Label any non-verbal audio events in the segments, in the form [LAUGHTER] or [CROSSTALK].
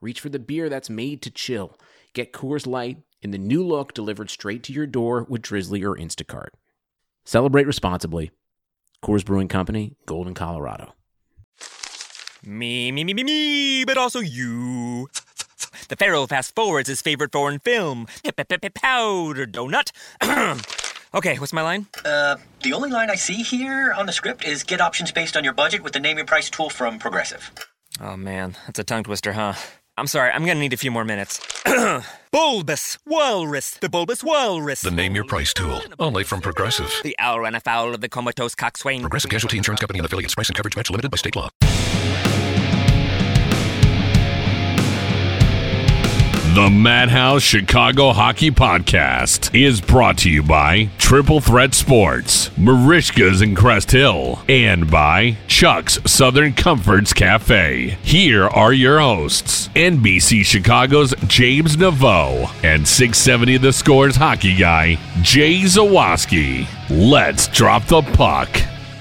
reach for the beer that's made to chill. Get Coors Light in the new look delivered straight to your door with Drizzly or Instacart. Celebrate responsibly. Coors Brewing Company, Golden, Colorado. Me, me, me, me, me, but also you. The Pharaoh fast forwards his favorite foreign film, Powder Donut. [CLEARS THROAT] okay, what's my line? Uh, the only line I see here on the script is get options based on your budget with the name your price tool from Progressive. Oh man, that's a tongue twister, huh? I'm sorry, I'm gonna need a few more minutes. [CLEARS THROAT] bulbous Walrus, the Bulbous Walrus. The name your price tool. Only from Progressive. The owl ran afoul of the comatose coxswain. Progressive Casualty Insurance Company and affiliates. Price and coverage match limited by state law. The Madhouse Chicago Hockey Podcast is brought to you by Triple Threat Sports, Marishka's in Crest Hill, and by Chuck's Southern Comforts Cafe. Here are your hosts NBC Chicago's James Naveau and 670 The Scores hockey guy, Jay Zawoski. Let's drop the puck.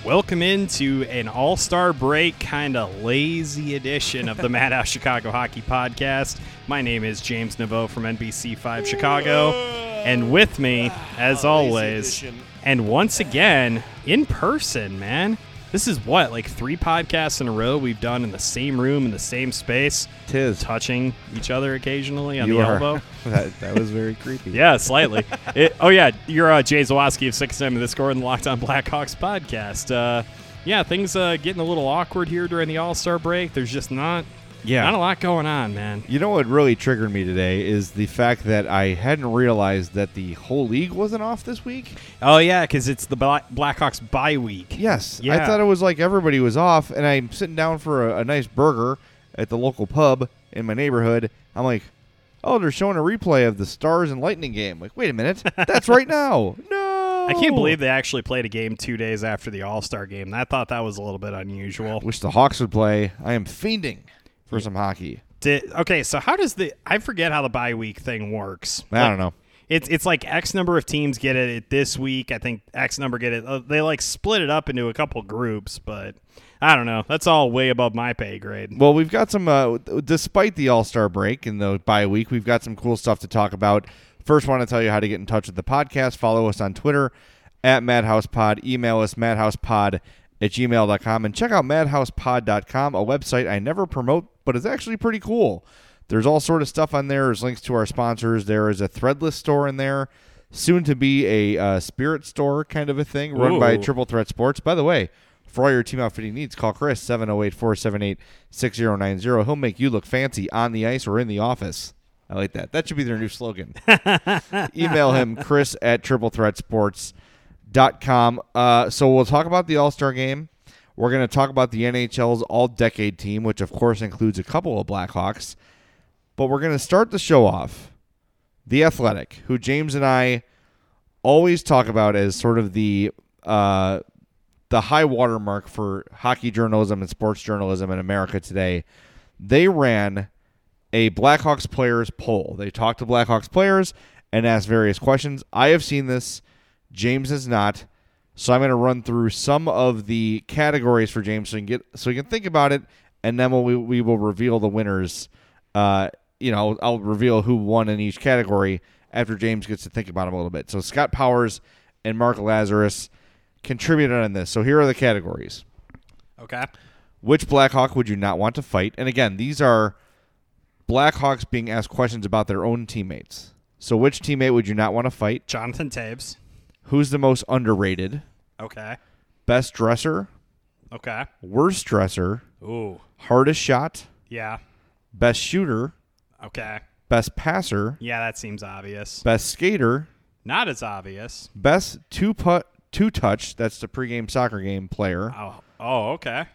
Welcome into an All Star break, kind of lazy edition of the [LAUGHS] Madhouse Chicago Hockey Podcast. My name is James Naveau from NBC5 Chicago, and with me, as always, and once again in person, man. This is what like three podcasts in a row we've done in the same room in the same space, Tis. touching each other occasionally on you the are. elbow. [LAUGHS] that, that was very creepy. Yeah, [LAUGHS] slightly. It- oh yeah, you're uh, Jay Zawoski of Six M, the score in the Locked On Blackhawks podcast. Uh, yeah, things uh, getting a little awkward here during the All Star break. There's just not, Yeah. not a lot going on, man. You know what really triggered me today is the fact that I hadn't realized that the whole league wasn't off this week. Oh yeah, because it's the Bla- Blackhawks bye week. Yes, Yeah. I thought it was like everybody was off, and I'm sitting down for a, a nice burger at the local pub in my neighborhood. I'm like, oh, they're showing a replay of the Stars and Lightning game. Like, wait a minute, [LAUGHS] that's right now. No, I can't believe they actually played a game two days after the All Star game. I thought that was a little bit unusual. Wish the Hawks would play. I am fiending for some hockey. Did, okay, so how does the I forget how the bye week thing works? I don't know. It's it's like X number of teams get it this week. I think X number get it. uh, They like split it up into a couple groups, but I don't know. That's all way above my pay grade. Well, we've got some. Uh, despite the All Star break and the bye week, we've got some cool stuff to talk about. First, want to tell you how to get in touch with the podcast. Follow us on Twitter at MadhousePod. Email us madhousepod at gmail.com and check out madhousepod.com, a website I never promote, but it's actually pretty cool. There's all sort of stuff on there. There's links to our sponsors. There is a threadless store in there, soon to be a uh, spirit store kind of a thing run Ooh. by Triple. Triple Threat Sports. By the way, for all your team outfitting needs, call Chris 708 478 6090. He'll make you look fancy on the ice or in the office. I like that. That should be their new slogan. Email him, Chris at triplethreatsports.com. Uh, so we'll talk about the All Star game. We're going to talk about the NHL's all decade team, which of course includes a couple of Blackhawks. But we're going to start the show off. The Athletic, who James and I always talk about as sort of the uh, the high watermark for hockey journalism and sports journalism in America today. They ran a Blackhawks players poll. They talked to Blackhawks players and ask various questions. I have seen this. James has not. So I'm going to run through some of the categories for James so he can get so he can think about it, and then we'll, we we will reveal the winners. Uh, you know, I'll reveal who won in each category after James gets to think about them a little bit. So Scott Powers and Mark Lazarus contributed on this. So here are the categories. Okay. Which Blackhawk would you not want to fight? And again, these are Blackhawks being asked questions about their own teammates. So which teammate would you not want to fight? Jonathan Taves. Who's the most underrated? Okay. Best dresser, Okay. worst dresser, Ooh. hardest shot, Yeah. best shooter, Okay. best passer, Yeah, that seems obvious. best skater, Not as obvious. best two putt two touch, that's the pregame soccer game player, Oh. Oh. Okay.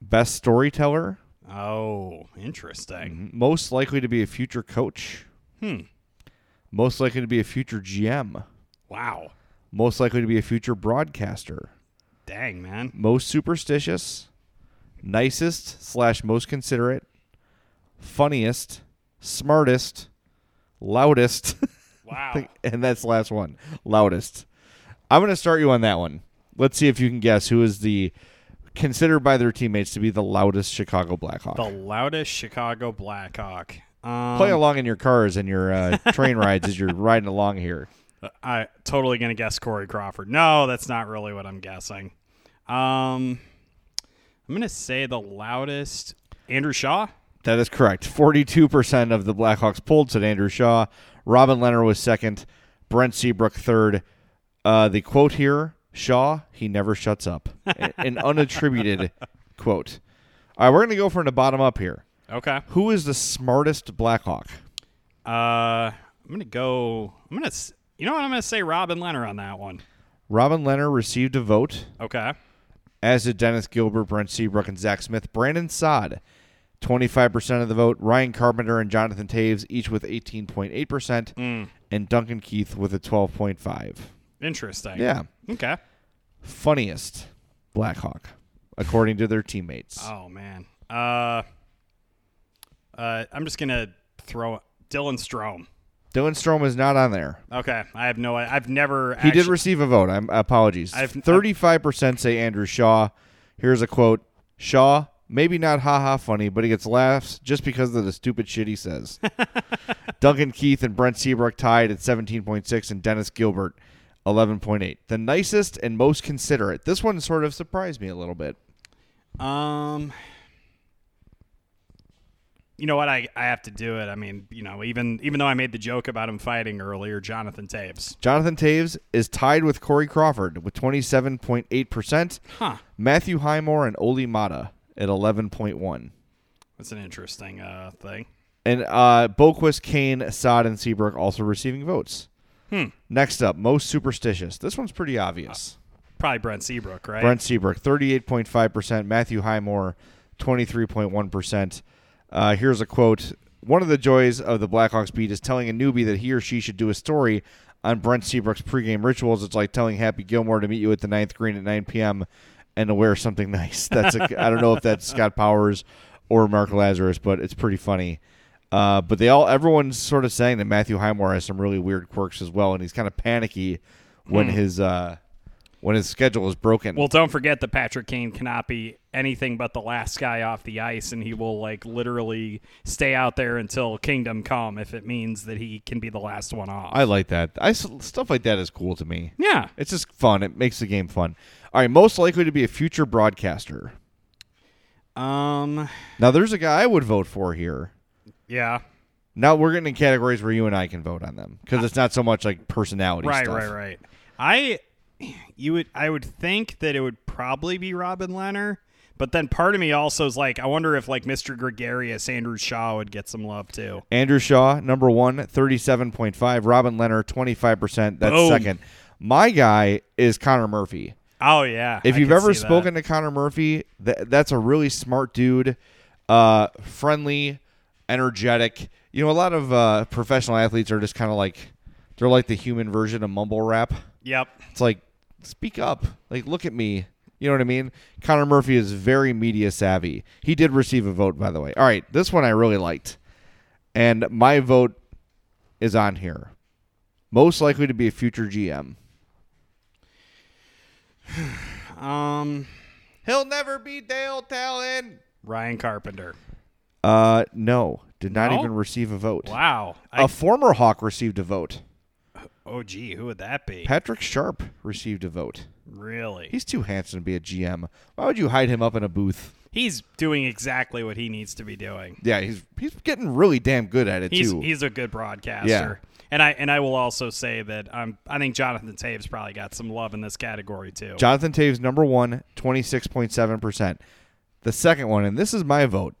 best storyteller, Oh, interesting. most likely to be a future coach. Hmm. Most likely to be a future GM, Wow. most likely to be a future broadcaster. Dang, man. most superstitious, nicest slash most considerate, funniest, smartest, loudest, [LAUGHS] Wow. and that's the last one. Loudest. I'm going to start you on that one. Let's see if you can guess who is the considered by their teammates to be the loudest Chicago Blackhawk. The loudest Chicago Blackhawk. Um, Play along in your cars and your uh, train rides as you're [LAUGHS] riding along here. I totally gonna guess Corey Crawford. No, that's not really what I'm guessing. Um, I'm gonna say the loudest Andrew Shaw. That is correct. 42% of the Blackhawks pulled said Andrew Shaw. Robin Leonard was second. Brent Seabrook third. Uh, the quote here Shaw, he never shuts up. A- An unattributed quote. All right, we're going to go from the bottom up here. Okay. Who is the smartest Blackhawk? Uh, I'm gonna go. I'm gonna. s- You know what? I'm gonna say Robin Leonard on that one. Robin Leonard received a vote, Okay. as did Dennis Gilbert, Brent Seabrook, and Zach Smith. Brandon Sod, 25% of the vote. Ryan Carpenter and Jonathan Taves, each with 18.8%. Hmm. And Duncan Keith with a 12.5. Interesting. Yeah. Okay. Funniest Blackhawk, according to their teammates. Oh man. Uh. Uh, I'm just gonna throw Dylan Strome. Dylan Strom is not on there. Okay. I have no. I've never. He did actually- receive a vote. I'm apologies. I've- Thirty-five percent say Andrew Shaw. Here's a quote: Shaw, maybe not haha funny, but he gets laughs just because of the stupid shit [LAUGHS] he says. Duncan Keith and Brent Seabrook tied at seventeen point six, and Dennis Gilbert eleven point eight. The nicest and most considerate. This one sort of surprised me a little bit. Um, you know what? I, I have to do it. I mean, you know, even even though I made the joke about him fighting earlier, Jonathan Taves. Jonathan Taves is tied with Corey Crawford with 27.8%. Huh. Matthew Highmore and Oli Mata at 11.1. That's an interesting uh, thing. And uh, Boquist, Kane, Sod, and Seabrook also receiving votes. Hmm. Next up, most superstitious. This one's pretty obvious. Probably Brent Seabrook, right? Brent Seabrook, 38.5%. Matthew Highmore, 23.1%. Uh, here's a quote. One of the joys of the Blackhawks beat is telling a newbie that he or she should do a story on Brent Seabrook's pregame rituals. It's like telling Happy Gilmore to meet you at the ninth green at 9 p.m. and to wear something [LAUGHS] nice. That's a, I don't know if that's Scott Powers or Mark Lazarus, but it's pretty funny. Uh, but they all everyone's sort of saying that Matthew Highmore has some really weird quirks as well, and he's kind of panicky when his uh, when his schedule is broken. Hmm. Well, don't forget that Patrick Kane cannot be anything but the last guy off the ice, and he will like literally stay out there until kingdom come if it means that he can be the last one off. I like that. I s- stuff like that is cool to me. yeah. It's just fun. It makes the game fun. All right, most likely to be a future broadcaster. Um. Now, there's a guy I would vote for here. Yeah. Now we're getting in categories where you and I can vote on them because it's not so much like personality right stuff. right right i you would i would think that it would probably be robin leonard but then part of me also is like i wonder if like mr gregarious andrew shaw would get some love too Andrew Shaw, number one, 37.5. Robin Leonard, 25%. That's Boom. second. My guy is Connor Murphy. oh yeah If I you've could ever see that. spoken to Connor Murphy, that that's a really smart dude, uh, friendly, energetic. You know, a lot of uh, professional athletes are just kind of like they're like the human version of mumble rap. yep It's like speak up, like look at me. You know what I mean? Connor Murphy is very media savvy. He did receive a vote, by the way. All right, this one I really liked, and my vote is on here. Most likely to be a future [SIGHS] GM. Um, He'll never be Dale Talon. Ryan Carpenter. Uh, no, did not No? even receive a vote. Wow. A I, former Hawk received a vote. oh, gee, who would that be? Patrick Sharp received a vote. really? He's too handsome to be a GM. Why would you hide him up in a booth? He's doing exactly what he needs to be doing. Yeah, he's he's getting really damn good at it He's too. he's a good broadcaster. Yeah. And I and I will also say that um, I think Jonathan Taves probably got some love in this category too. Jonathan Taves number 1, 26.7%. The second one and this is my vote.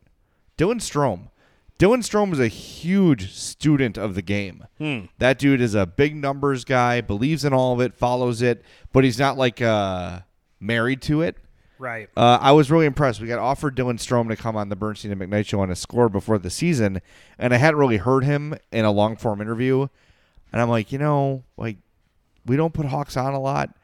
Dylan Strom. Dylan Strom is a huge student of the game. Hmm. That dude is a big numbers guy, believes in all of it, follows it, but he's not like uh married to it. right. Uh, I was really impressed. We got offered Dylan Strom to come on the Bernstein and McKnight show on a score before the season, and I hadn't really heard him in a long form interview. And I'm like, you know, like we don't put Hawks on a lot.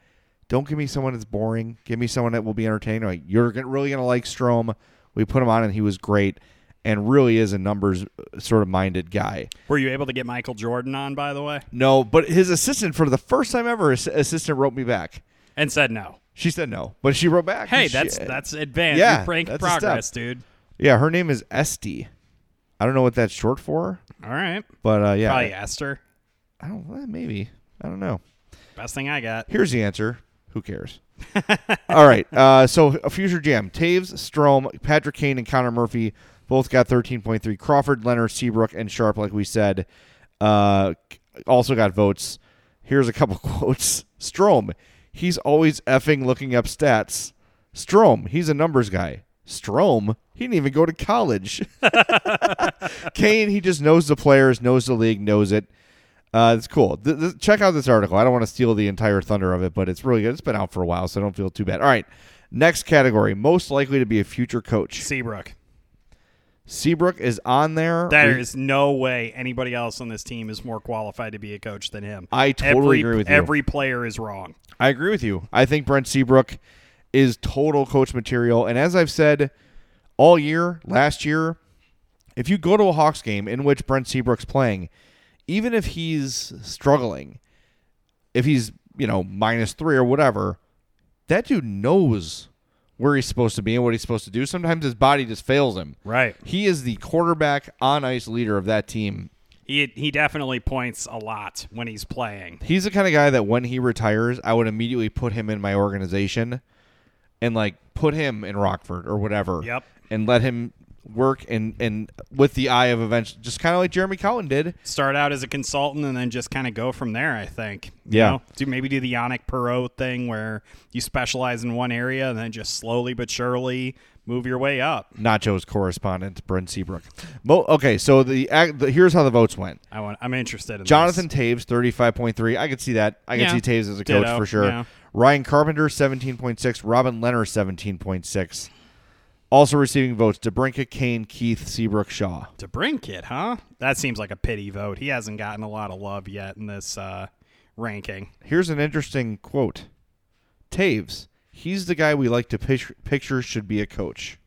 Don't give me someone that's boring. Give me someone that will be entertaining. Like you're gonna- really gonna like Strom. We put him on, and he was great, and really is a numbers uh, sort of minded guy. Were you able to get Michael Jordan on by the way? No, but his assistant for the first time ever, his assistant wrote me back. And said no. She said no, but she wrote back. Hey, and she- that's that's advanced. Yeah, You're prank that's a step. progress, dude. Yeah, her name is Esty. I don't know what that's short for, All right. but uh, yeah, Probably Esther. I don't well, maybe I don't know. Best thing I got. Here's the answer. Who cares? [LAUGHS] All right. Uh, so a future jam: Taves, Strom, Patrick Kane, and Connor Murphy both got 13.3. Crawford, Leonard, Seabrook, and Sharp, like we said, uh, also got votes. Here's a couple [LAUGHS] quotes: Strom, he's always effing looking up stats. Strom, he's a numbers guy. Strom, he didn't even go to college. [LAUGHS] Kane, he just knows the players, knows the league, knows it. Uh, it's cool. Th- th- check out this article. I don't want to steal the entire thunder of it, but it's really good. It's been out for a while, so I don't feel too bad. All right. Next category most likely to be a future coach. Seabrook. Seabrook is on there. There We- is no way anybody else on this team is more qualified to be a coach than him. I totally every, agree with you. Every player is wrong. I agree with you. I think Brent Seabrook is total coach material. And as I've said all year, last year, if you go to a Hawks game in which Brent Seabrook's playing, even if he's struggling, if he's, you know, minus three or whatever, that dude knows where he's supposed to be and what he's supposed to do. Sometimes his body just fails him. Right. He is the quarterback on ice leader of that team. He he definitely points a lot when he's playing. He's the kind of guy that when he retires, I would immediately put him in my organization and like put him in Rockford or whatever. Yep. And let him work and and with the eye of eventually just kind of like Jeremy Cowan did. Start out as a consultant and then just kind of go from there. I think. You Yeah. know? Do maybe do the Yannick Perot thing where you specialize in one area and then just slowly but surely move your way up. Nacho's correspondent, Brent Seabrook. Mo- okay, so the, ac- the here's how the votes went. I want. I'm interested in Jonathan This. Taves, thirty-five point three. I could see that. I could Yeah. see Taves as a coach Ditto. for sure. Yeah. Ryan Carpenter, seventeen point six. Robin Leonard, seventeen point six. Also receiving votes: DeBrinka, Kane, Keith, Seabrook, Shaw. To Brinkit, huh? That seems like a pity vote. He hasn't gotten a lot of love yet in this uh, ranking. Here's an interesting quote Taves, he's the guy we like to pic- picture should be a coach.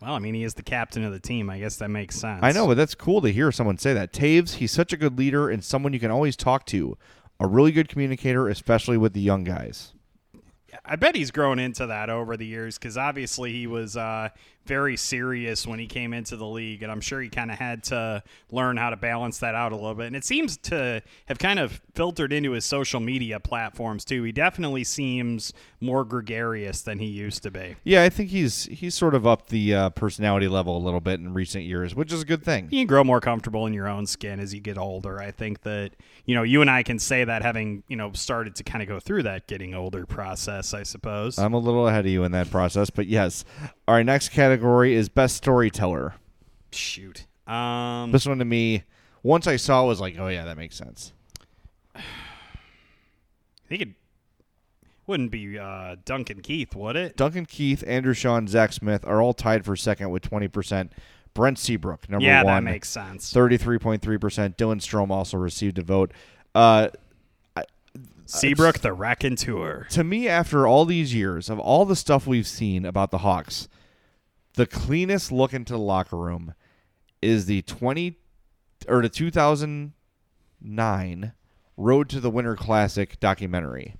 Well, Oh, I mean, he is the captain of the team. I guess that makes sense. I know, but that's cool to hear someone say that. Taves, he's such a good leader and someone you can always talk to. A really good communicator, especially with the young guys. I bet he's grown into that over the years because obviously he was uh, very serious when he came into the league, and I'm sure he kind of had to learn how to balance that out a little bit. And it seems to have kind of filtered into his social media platforms too. He definitely seems more gregarious than he used to be. Yeah, I think he's he's sort of up the uh, personality level a little bit in recent years, which is a good thing. you can grow more comfortable in your own skin as you get older. I think that, you know, you and I can say that having, you know, started to kind of go through that getting older process, I suppose. I'm a little ahead of you in that process, but yes. All right, next category is best storyteller. Shoot. Um, This one to me, once I saw, it, was like, oh yeah, that makes sense. I think it wouldn't be uh, Duncan Keith, would it? Duncan Keith, Andrew Sean, Zach Smith are all tied for second with 20%. Brent Seabrook, number yeah, that one, makes sense. 33.3%. Dylan Strom also received a vote. Uh, Seabrook, the raconteur. to me, after all these years of all the stuff we've seen about the Hawks, the cleanest look into the locker room is the 20 or the 2009 Road to the Winter Classic documentary.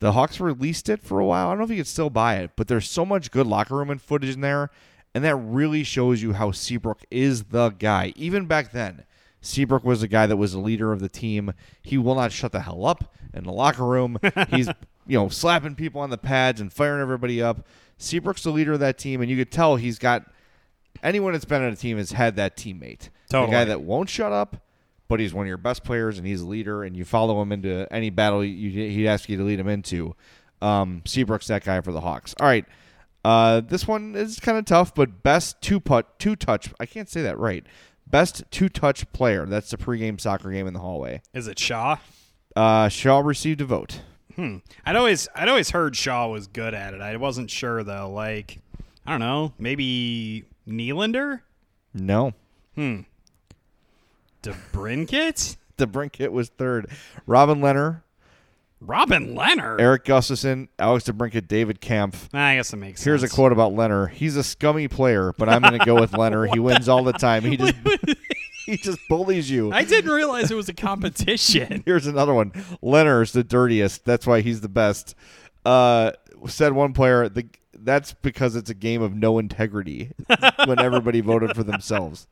The Hawks released it for a while. I don't know if you could still buy it, but there's so much good locker room and footage in there, and that really shows you how Seabrook is the guy. Even back then, Seabrook was the guy that was the leader of the team. He will not shut the hell up in the locker room. He's you know slapping people on the pads and firing everybody up. Seabrook's the leader of that team, and you could tell he's got anyone that's been on a team has had that teammate. Totally. The guy that won't shut up, but he's one of your best players and he's a leader, and you follow him into any battle you, he'd ask you to lead him into. Um, Seabrook's that guy for the Hawks. All right. Uh, this one is kind of tough, but best two putt, two touch. I can't say that right. Best two touch player. That's the pregame soccer game in the hallway. Is it Shaw? Uh, Shaw received a vote. I'd always I'd always heard Shaw was good at it. I wasn't sure though. Like I don't know, maybe Nylander, No. DeBrinket, The Brinkett was third. Robin Leonard, Robin Leonard. Eric Gustafson, Alex DeBrinket, David Kampf. Ah, I guess that makes Here's a sense. quote about Leonard. He's a scummy player, but I'm going to go with Leonard. [LAUGHS] He wins all the time. He just [LAUGHS] he just bullies you. I didn't realize it was a competition. [LAUGHS] Here's another one. Leonard's the dirtiest. That's why he's the best. Uh, said one player. The that's because it's a game of [LAUGHS] no integrity. when everybody voted for themselves,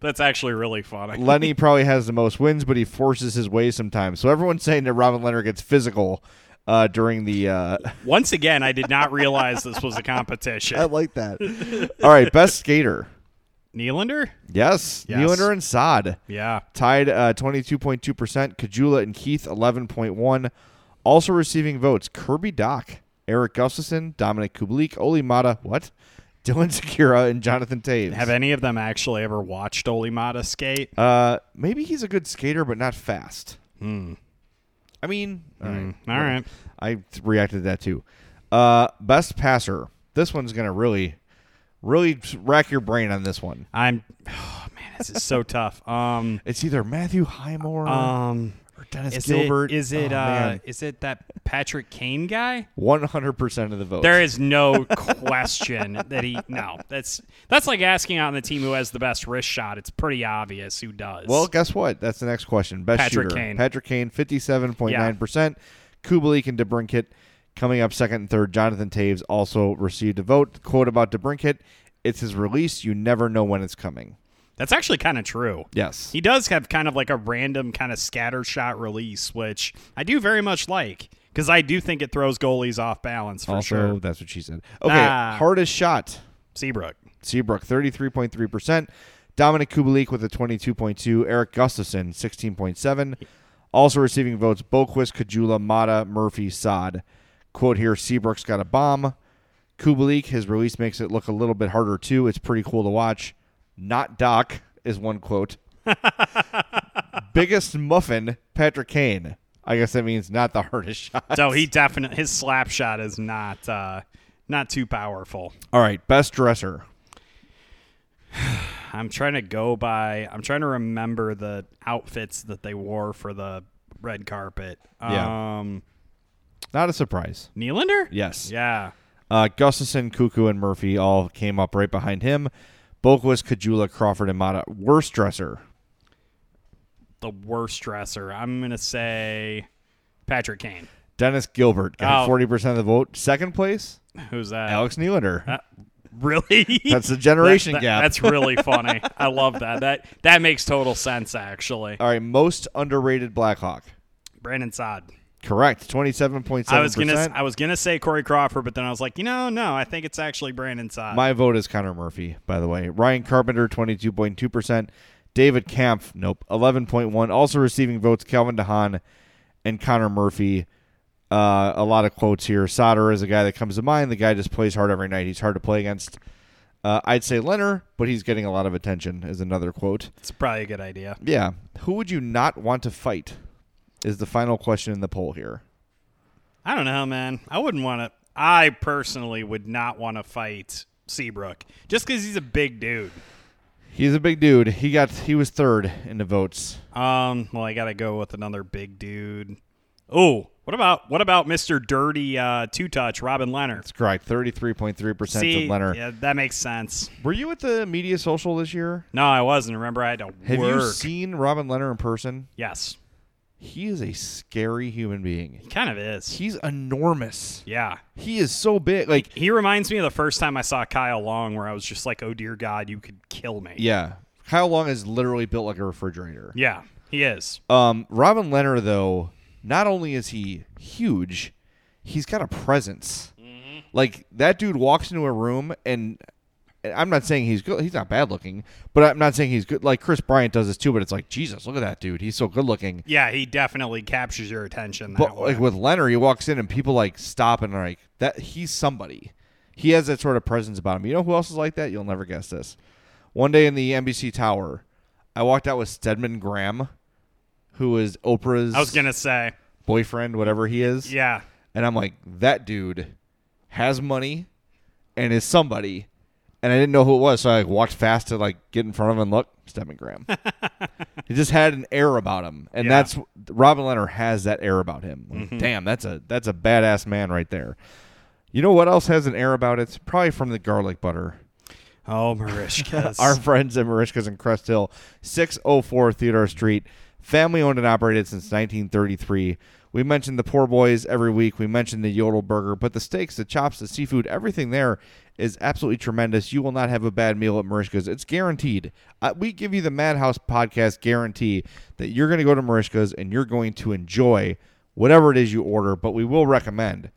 That's actually really funny. Lenny probably has the most wins, but he forces his way sometimes. So everyone's saying that Robin Leonard gets physical uh, during the. Uh, Once again, I did not realize this was a competition. I like that. All right, best skater. Nylander? Yes, Yes. Nylander and Sod. Yeah. tied uh, 22.2%. Kajula and Keith, 11.1. Also receiving votes, Kirby Doc, Eric Gustafson, Dominic Kublik, Oli Mata, what? [LAUGHS] Dylan Sakura, and Jonathan Taves. Have any of them actually ever watched Olimata skate? uh, maybe he's a good skater, but not fast. Hmm. I mean, all right. Hmm. All right. I reacted to that too. Uh, best passer. This one's going to really, really rack your brain on this one. I'm [SIGHS] oh man, this is so [LAUGHS] tough. Um It's either Matthew Highmore um or Dennis is Gilbert. it is it Oh, uh man. is it that Patrick Kane guy? 100% of the votes. There is no question that he no. That's that's like asking on the team who has the best wrist shot. It's pretty obvious who does. Well, guess what? That's the next question. Best Patrick shooter. Kane. Patrick Kane, 57.9%. Kubelik and DeBrinket coming up second and third. Jonathan Taves also received a vote. Quote about DeBrinket, it's his release. You never know when it's coming. that's actually kind of true. Yes. He does have kind of like a random kind of scattershot release, which I do very much like because I do think it throws goalies off balance for also, sure. that's what she said. Okay, Ah. hardest shot. Seabrook. Seabrook, 33.3%. Dominic Kubelik with a 22.2. Eric Gustafson, 16.7. Also receiving votes, Boquist, Kajula, Mata, Murphy, Sod. Quote here, Seabrook's got a bomb. Kubelik, his release makes it look a little bit harder too. It's pretty cool to watch. Not Doc is [LAUGHS] one quote. Biggest muffin, Patrick Kane. I guess that means not the hardest [LAUGHS] shot. So he definitely his slap shot is not uh not too powerful. All right, best dresser. [SIGHS] I'm trying to go by I'm trying to remember the outfits that they wore for the red carpet. Yeah. Um Not a surprise. Nylander? Yes. Yeah. Uh, Gustafson, Cuckoo, and Murphy all came up right behind him. Boquist, Kajula, Crawford, and Mata. Worst dresser. The worst dresser. I'm gonna say Patrick Kane. Dennis Gilbert got Oh. 40% of the vote. Second place, Who's that? Uh, Alex Nylander. Really? That's the [LAUGHS] generation That- that- gap. That's [LAUGHS] really funny. I love that. That that makes total sense actually. all right, most underrated Blackhawk. Brandon Sod. Correct. 27.7%. I was gonna I was gonna say Corey Crawford, but then I was like, you know, no, I think it's actually Brandon Sod. My vote is Connor Murphy, by the way. Ryan Carpenter, 22.2%. David Kampf, nope, 11.1. Also receiving votes, Calvin DeHaan and Connor Murphy. Uh, a lot of quotes here. Sauter is a guy that comes to mind. The guy just plays hard every night. He's hard to play against. Uh, I'd say Leonard, but he's getting a lot of attention, is another quote. it's probably a good idea. Yeah. Who would you not want to fight? Is the final question in the poll here. I don't know, man. I wouldn't want to. I personally would not want to fight Seabrook just because he's a big dude. He's a big dude. He got he was third in the votes. Um, well, I gotta go with another big dude. Oh, what about what about Mister Dirty uh, Two Touch Robin Leonard? That's correct. Thirty three point three percent See, of Leonard. yeah, that makes sense. Were you at the media social this year? No, I wasn't. Remember, I had to Have work. you seen Robin Leonard in person? yes, He is a scary human being. Kind of is. He's enormous. Yeah. He is so big. Like He reminds me of the first time I saw Kyle Long, where I was just like, "Oh dear God, you could kill me." yeah, Kyle Long is literally built like a refrigerator. Yeah, he is. Um, Robin Leonard, though, not only is he huge, he's got a presence. Like that dude walks into a room, and and I'm not saying he's good. He's not bad looking, but I'm not saying he's good. Like Chris Bryant does this too, but it's like Jesus, look at that dude. He's so good looking. Yeah, he definitely captures your attention. That But way. like with Leonard, he walks in and people like stop and are like that. He's somebody. He has that sort of presence about him. You know who else is like that? You'll never guess this. One day in the NBC Tower, I walked out with Stedman Graham, who is Oprah's. I was gonna say, boyfriend, whatever he is. yeah, And I'm like, that dude has money and is somebody. And I didn't know who it was, so I like, walked fast to like get in front of him and look, Stephen Graham. he just had an air about him. And Yeah. that's Robin Leonard has that air about him. Like, Damn, that's a that's a badass man right there. You know what else has an air about it? It's probably from the garlic butter. oh Marishka's. Our friends at Marishka's in Crest Hill, 604 Theodore Street, family owned and operated since 1933. We mentioned the poor boys every week. We mentioned the Yodel Burger, but the steaks, the chops, the seafood, everything there is absolutely tremendous. You will not have a bad meal at Marishka's. It's guaranteed. Uh, we give you the Madhouse podcast guarantee that you're going to go to Marishka's and you're going to enjoy whatever it is you order, but we will recommend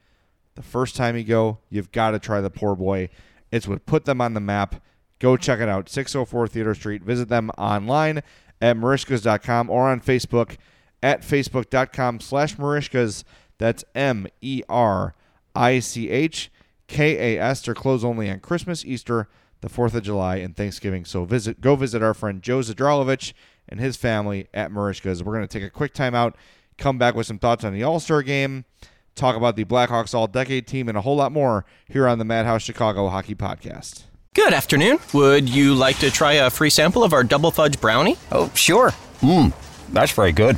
the first time you go, you've got to try the Poor Boy. It's what put them on the map. Go check it out. 604 Theater Street. Visit them online at marishkas.com or on Facebook at facebook.com slash marishkas. That's M E R I C H K A S. They're closed only on Christmas, Easter, the 4th of July, and Thanksgiving. So visit, go visit our friend Joe Zadralovich and his family at Marishka's. We're going to take a quick time out, come back with some thoughts on the All Star game talk about the Blackhawks all decade team and a whole lot more here on the Madhouse Chicago Hockey Podcast. Good afternoon. Would you like to try a free sample of our double fudge brownie? Oh, sure. Mmm, that's very good.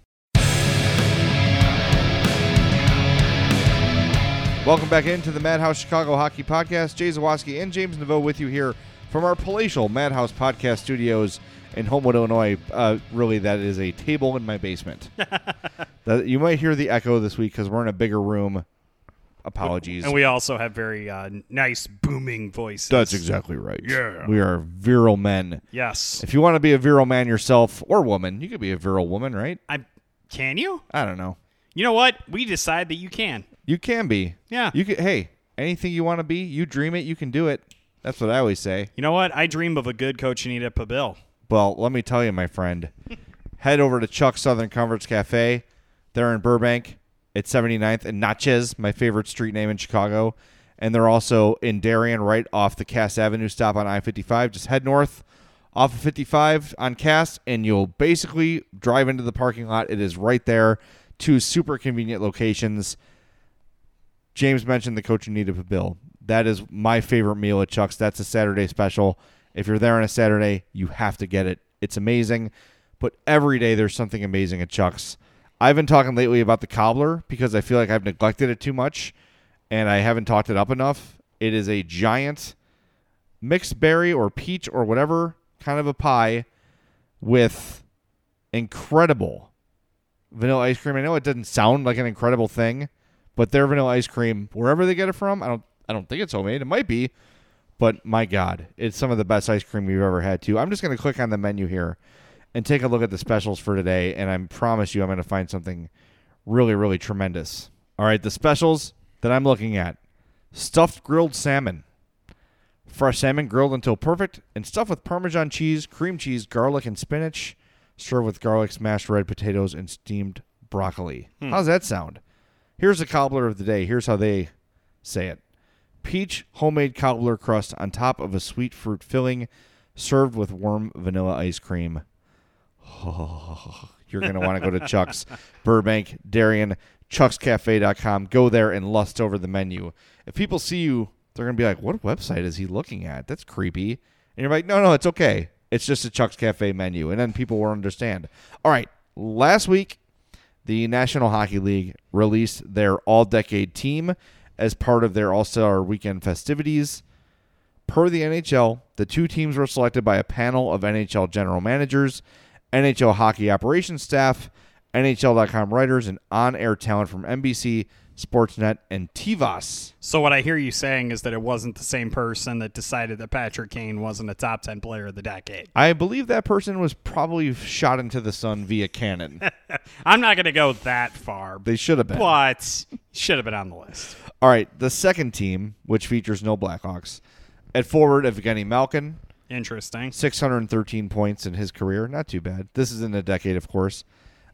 Welcome back into the Madhouse Chicago Hockey Podcast. Jay Zawoski and James Naveau with you here from our palatial Madhouse Podcast studios in Homewood, Illinois. Uh, really, that is a table in my basement. [LAUGHS] That- you might hear the echo this week because we're in a bigger room. Apologies. and we also have very uh, nice booming voices. That's exactly right. Yeah. We are virile men. Yes. If you want to be a virile man yourself or woman, you could be a virile woman, right? I can you? I don't know. You know what? We decide that you can. You can be. Yeah. You can. Hey, anything you want to be, you dream it, you can do it. That's what I always say. You know what? I dream of a good Cochinita Pabil. Well, let me tell you, my friend. Head over to Chuck's Southern Comforts Cafe. They're in Burbank at 79th and Natchez, my favorite street name in Chicago. And they're also in Darien, right off the Cass Avenue stop on I 55. Just head north off of 55 on Cass, and you'll basically drive into the parking lot. It is right there. Two super convenient locations. James mentioned the coach need of a bill. That is my favorite meal at Chuck's. That's a Saturday special. If you're there on a Saturday, you have to get it. It's amazing. But every day there's something amazing at Chuck's. I've been talking lately about the cobbler because I feel like I've neglected it too much and I haven't talked it up enough. It is a giant mixed berry or peach or whatever kind of a pie with incredible vanilla ice cream. I know it doesn't sound like an incredible thing, but their vanilla ice cream, wherever they get it from, I don't I don't think it's homemade. It might be, but my God, it's some of the best ice cream we've ever had too. I'm just gonna click on the menu here and take a look at the specials for today, and I promise you I'm gonna find something really, really tremendous. All right, the specials that I'm looking at. Stuffed grilled salmon. Fresh salmon grilled until perfect and stuffed with Parmesan cheese, cream cheese, garlic, and spinach. Serve with garlic, smashed red potatoes, and steamed broccoli. How's that sound? Here's the cobbler of the day. Here's how they say it peach homemade cobbler crust on top of a sweet fruit filling, served with warm vanilla ice cream. [LAUGHS] You're going to want to go to Chuck's, Burbank, Darien, chuckscafe.com. Go there and lust over the menu. If people see you They're going to be like, what website is he looking at? That's creepy. And you're like, no, no, it's okay. It's just a Chuck's Cafe menu. And then people will understand. All right. Last week, the National Hockey League released their all decade team as part of their All Star weekend festivities. Per the NHL, the two teams were selected by a panel of NHL general managers, NHL hockey operations staff, NHL.com writers, and on air talent from NBC, Sportsnet, and TVOS. So what I hear you saying is that it wasn't the same person that decided that Patrick Kane wasn't a top 10 player of the decade. I believe that person was probably shot into the sun [LAUGHS] via cannon. I'm not going to go that far, they should have been. but should have been on the list. All right, the second team, which features no Blackhawks, at forward Evgeny Malkin, Interesting. 613 points in his career, not too bad. This is in a decade, of course.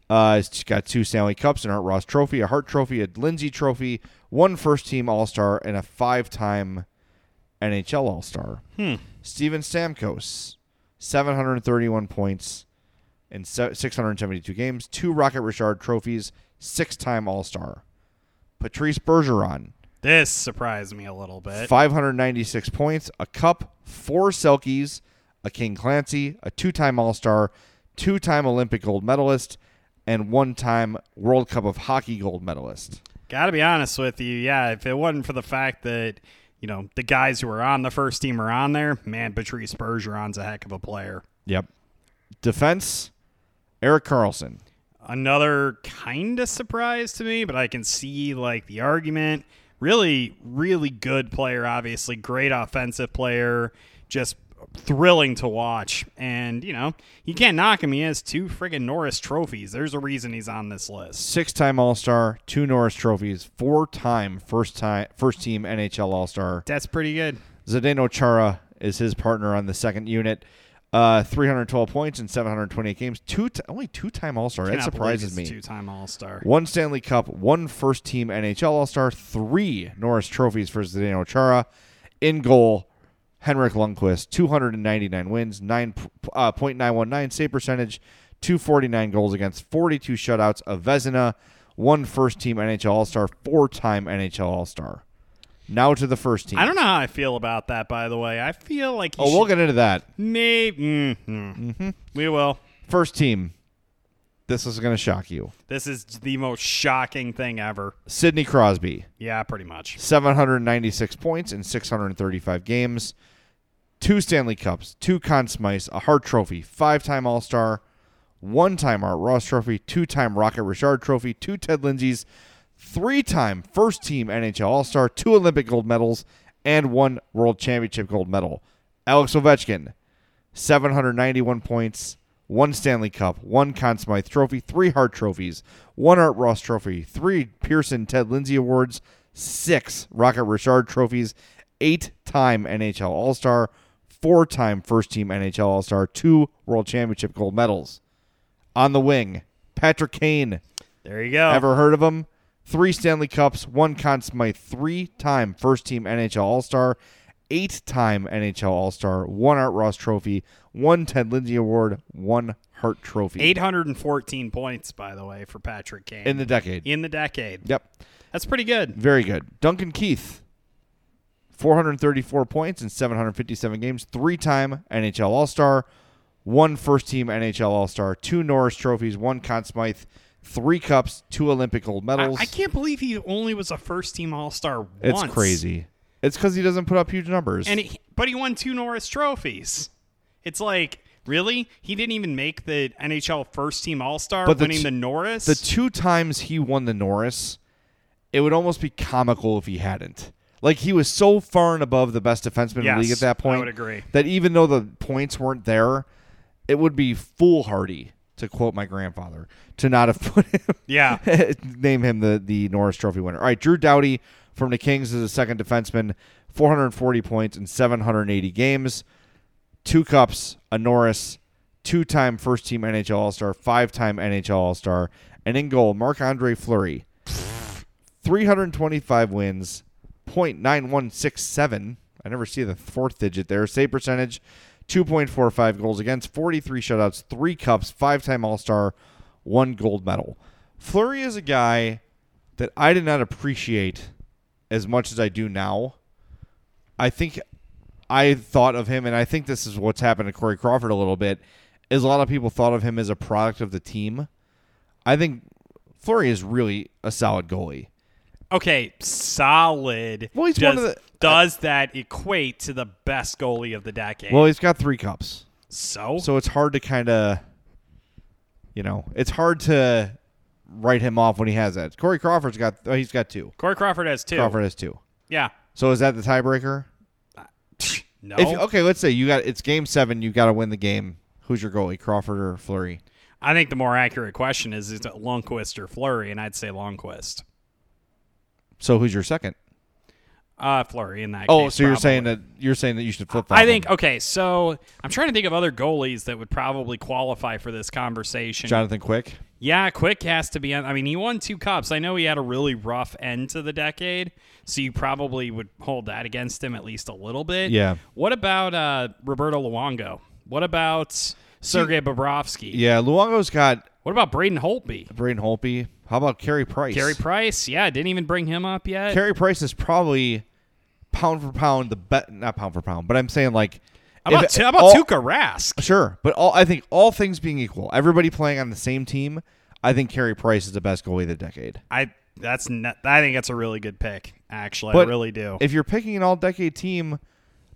Uh, he's got two Stanley Cups, an Art Ross Trophy, a Hart Trophy, a Lindsay Trophy, one First Team All Star, and a five-time NHL All Star. Hmm. Steven Stamkos, 731 points in se- 672 games, two Rocket Richard trophies, six-time All Star. Patrice Bergeron, This surprised me a little bit. 596 points, a cup, four Selkies, a King Clancy, a two time All Star, two time Olympic gold medalist, and one time World Cup of Hockey gold medalist. Got to be honest with you. Yeah, if it wasn't for the fact that, you know, the guys who were on the first team are on there, man, Patrice Bergeron's a heck of a player. Yep. Defense, Eric Carlson. Another kind of surprise to me, but I can see, like, the argument. Really, really good player, obviously. Great offensive player. Just thrilling to watch. And, you know, you can't knock him. He has two friggin' Norris trophies. There's a reason he's on this list. Six time All Star, two Norris trophies, four time first time first team NHL All Star. That's pretty good. Zdeno Chara is his partner on the second unit. Uh, 312 points in 728 games. Two t- only two time All Star. That Cannot believe he's surprises a me. Two-time All-Star. One Stanley Cup, one first team NHL All Star, three Norris trophies for Zdeno Chara. In goal, Henrik Lundqvist, 299 wins, 9, uh, 0.919 save percentage, 249 goals against, 42 shutouts. A Vezina, one first team NHL All Star, four time NHL All Star. Now to the first team. I don't know how I feel about that. By the way, I feel like he Oh, we'll get into that. maybe mm-hmm. we will. First team. This is going to shock you. This is the most shocking thing ever. Sidney Crosby. Yeah, pretty much. 796 points in 635 games, two Stanley Cups, two Conn Smythe, a Hart Trophy, five-time All-Star, one-time Art Ross Trophy, two-time Rocket Richard Trophy, two Ted Lindsay's, three-time first-team NHL All-Star, two Olympic gold medals, and one World Championship gold medal. Alex Ovechkin, 791 points, one Stanley Cup, one Conn Smythe Trophy, three Hart Trophies, one Art Ross Trophy, three Pearson Ted Lindsay Awards, six Rocket Richard Trophies, eight time NHL All Star, four time first team NHL All Star, two World Championship gold medals. On the wing, Patrick Kane. There you go. Ever heard of him? Three Stanley Cups, one Conn Smythe, three time first team NHL All Star, eight time NHL All Star, one Art Ross Trophy, one Ted Lindsay Award, one Hart Trophy. 814 points, by the way, for Patrick Kane in the decade. in the decade. Yep. That's pretty good. Very good. Duncan Keith, 434 points in 757 games, three time NHL All Star, one first team NHL All Star, two Norris trophies, one Conn Smythe, three cups, two Olympic gold I, medals. I can't believe he only was a first team All Star once. it's crazy. It's because he doesn't put up huge numbers. And he, but he won two Norris trophies. It's like really he didn't even make the NHL first team All Star, But the winning t- the Norris. the two times he won the Norris, it would almost be comical if he hadn't. Like he was so far and above the best defenseman in Yes, the league at that I point. would agree. That even though the points weren't there, it would be foolhardy to quote my grandfather to not have [LAUGHS] put him. Yeah. name him the the Norris Trophy winner. All right, Drew Doughty from the Kings is the second defenseman, 440 points in 780 games two cups, a Norris, two time first team NHL All Star, five time NHL All Star, and in goal, Marc Andre Fleury. 325 wins, .9167. I never see the fourth digit there. Save percentage, 2.45 goals against, 43 shutouts, three cups, five time All Star, one gold medal. Fleury is a guy that I did not appreciate as much as I do now I think I thought of him, and I think this is what's happened to Corey Crawford a little bit, is a lot of people thought of him as a product of the team. I think Flurry is really a solid goalie. Okay, solid. Well, he's does, one of the- does that equate to the best goalie of the decade? Well, he's got three cups. So? So it's hard to kind of, you know, it's hard to write him off when he has that. Corey Crawford's got, oh, he's got two. Corey Crawford has two. Crawford has two. Yeah. Uh, So is that the tiebreaker? [SNIFFS] No. If- okay, let's say you got it's game seven. You got to win the game. Who's your goalie, Crawford or Flurry? I think the more accurate question is is it Lundqvist or Flurry, and I'd say Lundqvist. So who's your second? Uh, Flurry in that oh, case. so you're probably. saying that you're saying that you should flip. I think okay, so I'm trying to think of other goalies that would probably qualify for this conversation. Jonathan Quick. Yeah, Quick has to be on. I mean, he won two cups. I know he had a really rough end to the decade, so you probably would hold that against him at least a little bit. Yeah. What about uh, Roberto Luongo? What about Sergei Bobrovsky? Yeah, Luongo's got What about Braden Holtby? Braden Holpe. How about Carey Price? Carey Price? Yeah, didn't even bring him up yet. Carey Price is probably pound for pound the bet, not pound for pound, but I'm saying like How about if- Tu- how about all- Tuukka Rask? Sure, but all I think all things being equal, everybody playing on the same team, I think Carey Price is the best goalie of the decade. I that's not, I think that's a really good pick. Actually, I really do. If you're picking an all decade team,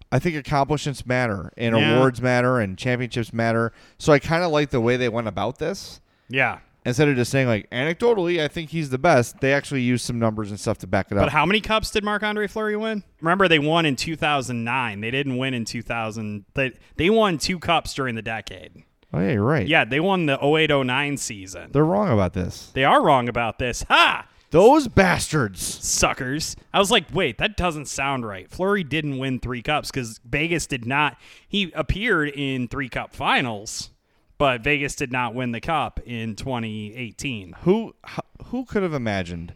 I think accomplishments matter and Yeah. awards matter and championships matter. So I kind of like the way they went about this. yeah. Instead of just saying like anecdotally, I think he's the best, they actually used some numbers and stuff to back it up. But how many cups did Marc Andre Fleury win? Remember, they won in 2009. They didn't win in 2000. They, they won two cups during the decade. oh yeah, you're right. Yeah, they won the 08 09 season. They're wrong about this. They are wrong about this. Ha! Those bastards. Suckers. I was like, wait, that doesn't sound right. Fleury didn't win three cups because Vegas did not. He appeared in three cup finals, but Vegas did not win the cup in 2018. Who h- who could have imagined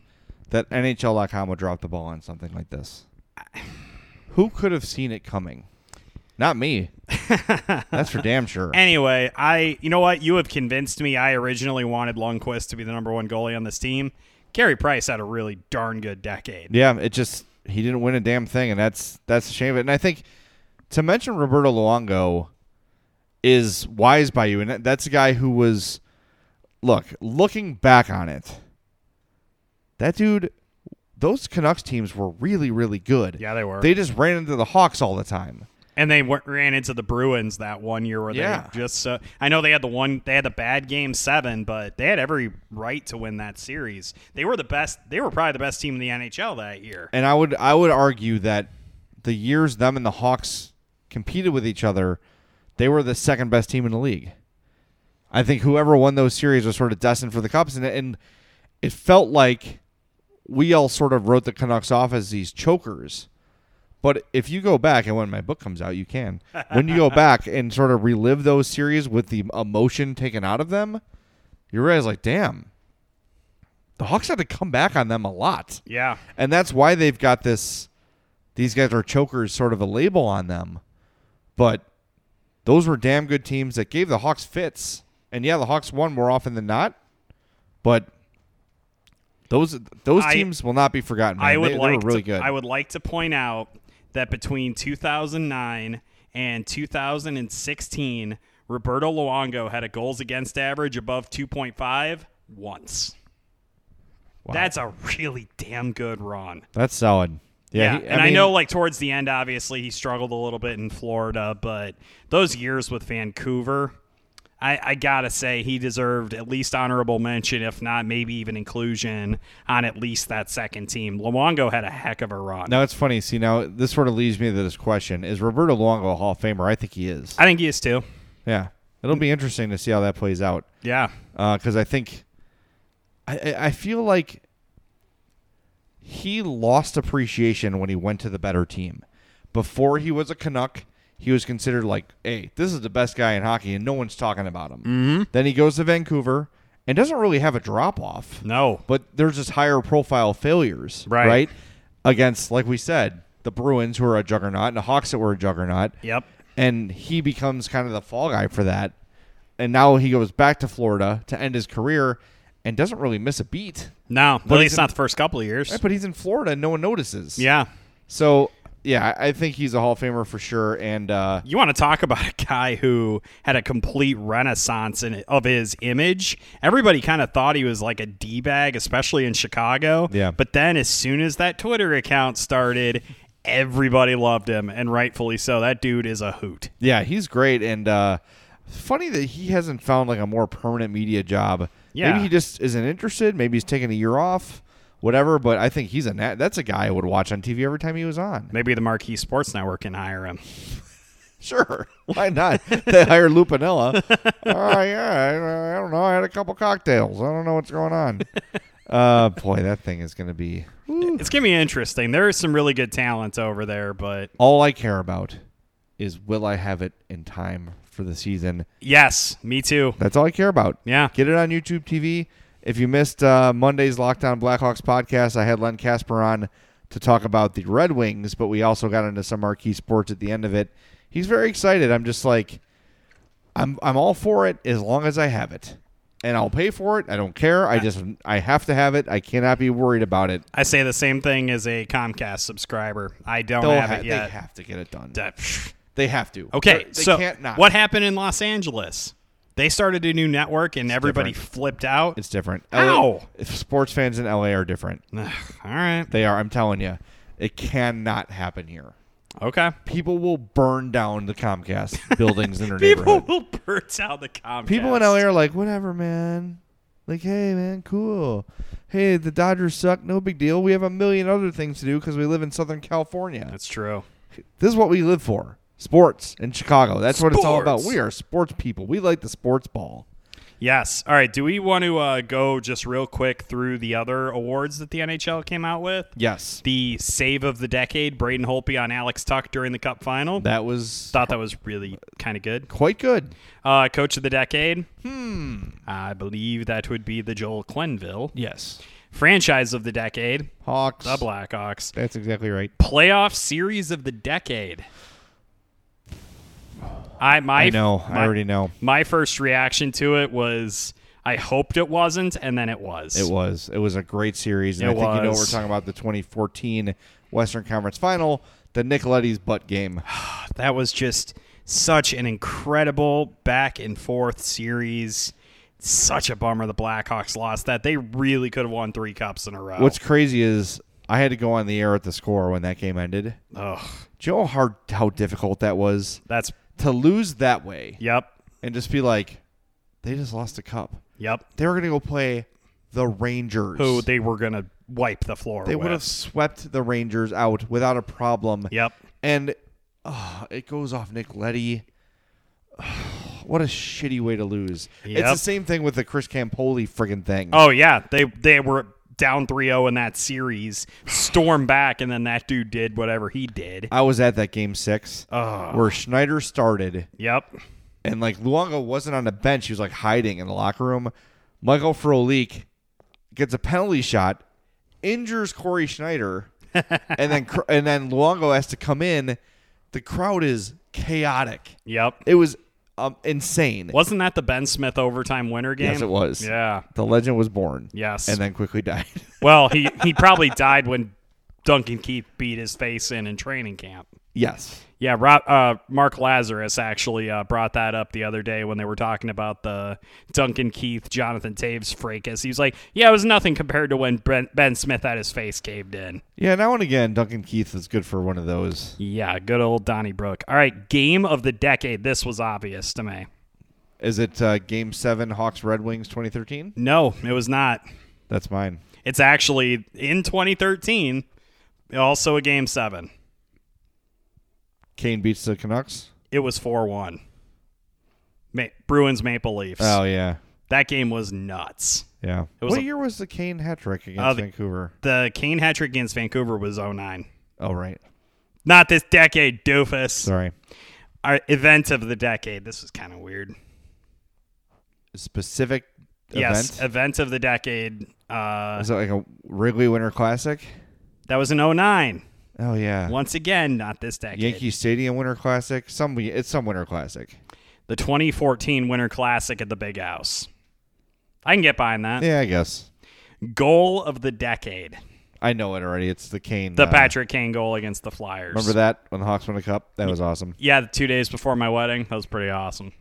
that NHL.com would drop the ball on something like this? Who could have seen it coming? [LAUGHS] Not me. That's for damn sure. Anyway, I you know what? You have convinced me I originally wanted Lundqvist to be the number one goalie on this team. Carey Price had a really darn good decade. Yeah, it just he didn't win a damn thing, and that's that's a shame of it. And I think to mention Roberto Luongo is wise by you, and that- that's a guy who was look looking back on it. That dude, those Canucks teams were really really good. Yeah, they were. They just ran into the Hawks all the time. And they went, ran into the Bruins that one year where Yeah. they just uh, I know they had the one they had the bad game 7, but they had every right to win that series. They were the best they were probably the best team in the NHL that year. And I would I would argue that the years them and the Hawks competed with each other, they were the second best team in the league. I think whoever won those series was sort of destined for the cups, and and it felt like we all sort of wrote the Canucks off as these chokers. But if you go back, and when my book comes out, you can. When you go back and sort of relive those series with the emotion taken out of them, you realize, like, damn, the Hawks had to come back on them a lot Yeah. and that's why they've got this these guys are chokers sort of a label on them but those were damn good teams that gave the hawks fits and yeah the hawks won more often than not but those those I- teams will not be forgotten man. I would they, like they were really to, good I would like to point out that between 2009 and 2016, Roberto Luongo had a goals against average above 2.5 once. That's a really damn good run. that's solid yeah, he- and I, mean, know like towards the end, obviously he struggled a little bit in Florida, but those years with Vancouver, I, I gotta say he deserved at least honorable mention, if not maybe even inclusion on at least that second team. Luongo had a heck of a run. now it's funny see now this sort of leads me to this question is roberto luongo a hall of famer i think he is I think he is too. yeah it'll be interesting to see how that plays out Yeah, because I think I- I, I feel like he lost appreciation when he went to the better team. Before he was a Canuck, he was considered like, hey, this is the best guy in hockey, and no one's talking about him. Mm-hmm. Then he goes to Vancouver and doesn't really have a drop off. no, But there's just higher profile failures, Right. right? Against, like we said, the Bruins, who are a juggernaut, and the Hawks, that were a juggernaut yep, and he becomes kind of the fall guy for that. And now he goes back to Florida to end his career and doesn't really miss a beat. no, But at he's least in- not the first couple of years. Right, but he's in Florida and no one notices. Yeah, So yeah, I I think he's a Hall of Famer for sure. And uh, You want to talk about a guy who had a complete renaissance in, of his image? Everybody kind of thought he was like a d bag, especially in Chicago. Yeah. But then, as soon as that Twitter account started, everybody loved him, and rightfully so. That dude is a hoot. yeah, he's great. And uh, funny that he hasn't found like a more permanent media job. Yeah. Maybe he just isn't interested. Maybe he's taking a year off, whatever. But I think he's a nat- that's a guy I would watch on TV every time he was on. Maybe the Marquee Sports Network can hire him. Sure, [LAUGHS] why not? they hire [LAUGHS] Lou Pinella. oh yeah, I, I don't know. I had a couple cocktails. I don't know what's going on. uh, boy, that thing is going to be It's going to be interesting. There is some really good talent over there, but all I care about is will I have it in time for the season? yes, me too. That's all I care about. Yeah. Get it on YouTube TV. If you missed uh, Monday's Lockdown Blackhawks podcast, I had Len Casper on to talk about the Red Wings, but we also got into some marquee sports at the end of it. He's very excited. I'm just like, I'm I'm all for it as long as I have it, and I'll pay for it. I don't care. I just I have to have it. I cannot be worried about it. I say the same thing as a Comcast subscriber. I don't They'll have ha- it they yet. have to get it done. That- pff. They have to. Okay, They so can't not. what happened in Los Angeles? They started a new network and everybody flipped out. It's different. How? LA if sports fans in LA are different. All right. They are. I'm telling you, it cannot happen here. Okay. People will burn down [LAUGHS] the Comcast buildings in their People neighborhood. will burn down the Comcast. People in LA are like, whatever, man. Like, hey, man, cool. Hey, the Dodgers suck. No big deal. We have a million other things to do because we live in Southern California. That's true. This is what we live for sports in Chicago. That's what it's all about. Sports. We are sports people. We like the sports ball. Yes. All right. Do we want to uh, go just real quick through the other awards that the NHL came out with? Yes. The save of the decade, Braden Holtby on Alex Tuck during the Cup final. That was Thought that was really kind of good. quite good. Uh, Coach of the decade. Hmm. I believe that would be the Joel Quenville. Yes. Franchise of the decade, Hawks. the Blackhawks. That's exactly right. playoff series of the decade. I my I know. my- I already know. My first reaction to it was I hoped it wasn't, and then it was. It was. It was a great series. And It I think you know was. we're talking about the 2014 Western Conference Final, the Nicoletti's butt game. That was just such an incredible back and forth series. Such a bummer the Blackhawks lost that. They really could have won three cups in a row. What's crazy is I had to go on the air at the score when that game ended. Ugh, Do you know how hard, how difficult that was that's to lose that way yep, and just be like, they just lost a cup. yep. They were going to go play the Rangers. Who they were gonna wipe the floor. they would with. have swept the Rangers out without a problem. Yep. And ah, it goes off Nicoletti. [SIGHS] what a shitty way to lose. It's the Yep. same thing with the Chris Campoli friggin' thing. Oh yeah, they they were down 3-0 in that series, storm back, and then that dude did whatever he did. I was at that game six where Schneider started Yep. and like Luongo wasn't on the bench. He was like hiding in the locker room. Michael Frolik gets a penalty shot, injures Corey [LAUGHS] Schneider, and then Cr- and then Luongo has to come in. The crowd is chaotic. Yep. It was um, insane. Wasn't that the Ben Smith overtime winner game? Yes, it was. Yeah. The legend was born. Yes. And then quickly died. [LAUGHS] Well, he [LAUGHS] he probably died when Duncan Keith beat his face in in training camp. yes. Yeah, Rob, uh, Mark Lazarus actually uh, brought that up the other day when they were talking about the Duncan Keith, Jonathan Taves fracas. He was like, "Yeah, it was nothing compared to when ben, ben Smith had his face caved in." Yeah, now and again, Duncan Keith is good for one of those. Yeah, good old Donnybrook. All right, game of the decade. This was obvious to me. Is it uh, Game 7 Hawks Red Wings 2013? No, it was not. That's mine. It's actually in 2013, also a game seven. Kane beats the Canucks? It was 4 1. Ma- Bruins Maple Leafs. Oh, yeah. That game was nuts. Yeah. was What a- year was the Kane hat trick against Uh, the- Vancouver? The Kane hat trick against Vancouver was 09. Oh, right. Not this decade, doofus. Sorry. All right, event of the decade. This was kind of weird. Specific Yes, event? event of the decade. Uh, Is it like a Wrigley Winter Classic? that was in 09. Oh, yeah. Once again, not this decade. Yankee Stadium Winter Classic? Some It's some Winter Classic. the 2014 Winter Classic at the Big House. I can get behind that. Yeah, I guess. Goal of the decade. I know it already. It's the Kane. The uh, Patrick Kane goal against the Flyers. Remember that when the Hawks won the cup? That was awesome. Yeah, the two days before my wedding. That was pretty awesome.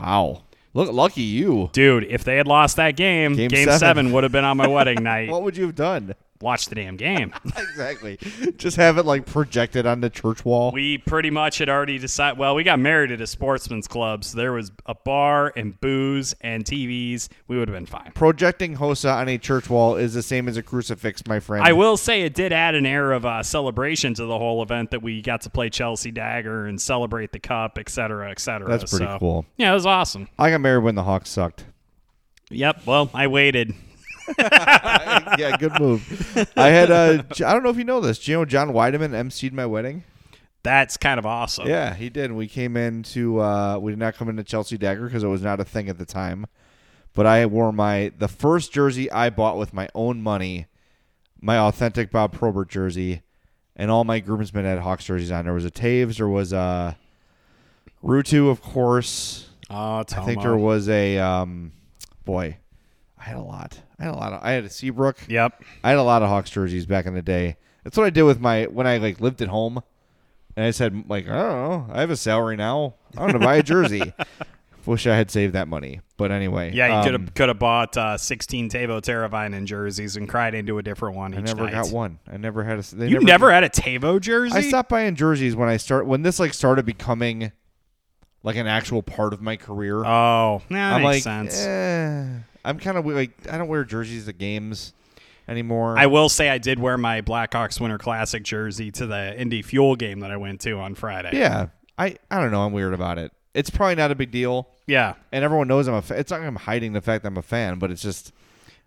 Wow. Look, lucky you, dude. If they had lost that game, game, seven. seven. would have been on my [LAUGHS] wedding night. What would you have done? Watch the damn game. [LAUGHS] exactly. Just have it like projected on the church wall. We pretty much had already decided. Well, we got married at a sportsman's club, so there was a bar and booze and TVs. We would have been fine. Projecting Hosa on a church wall is the same as a crucifix, my friend. I will say it did add an air of uh, celebration to the whole event that we got to play Chelsea Dagger and celebrate the cup, et cetera, et cetera. That's pretty So, cool. Yeah, it was awesome. I got married when the Hawks sucked. Yep. Well, I waited. [LAUGHS] yeah, good move. I had uh, J- I don't know if you know this. Do you know John Weideman emceed my wedding? That's kind of awesome. Yeah, he did. We came into uh, we did not come into Chelsea Dagger because it was not a thing at the time. But I wore my the first jersey I bought with my own money, my authentic Bob Probert jersey, and all my groomsmen had Hawks jerseys on. There was a Taves, there was a Rutu, of course. Oh, I think Tomo. there was a um, boy. I had a lot. I had a lot. Of, I had a Seabrook. Yep. I had a lot of Hawks jerseys back in the day. That's what I did with my when I like lived at home, and I said like I don't know. I have a salary now. I'm gonna buy [LAUGHS] a jersey. Wish I had saved that money. But anyway, Yeah, you um, could have could have bought uh, 16 Tavo Teravainen jerseys and cried into a different one. I each never night. got one. I never had a. they You never had a Tavo jersey? I stopped buying jerseys when I start when this like started becoming like an actual part of my career. Oh, nah, that I'm makes like, sense. eh, I'm kind of like I don't wear jerseys to games anymore. I will say I did wear my Blackhawks Winter Classic jersey to the Indy Fuel game that I went to on Friday. Yeah, I I don't know. I'm weird about it. It's probably not a big deal. Yeah. and everyone knows I'm a. Fa- it's not like I'm hiding the fact that I'm a fan, but it's just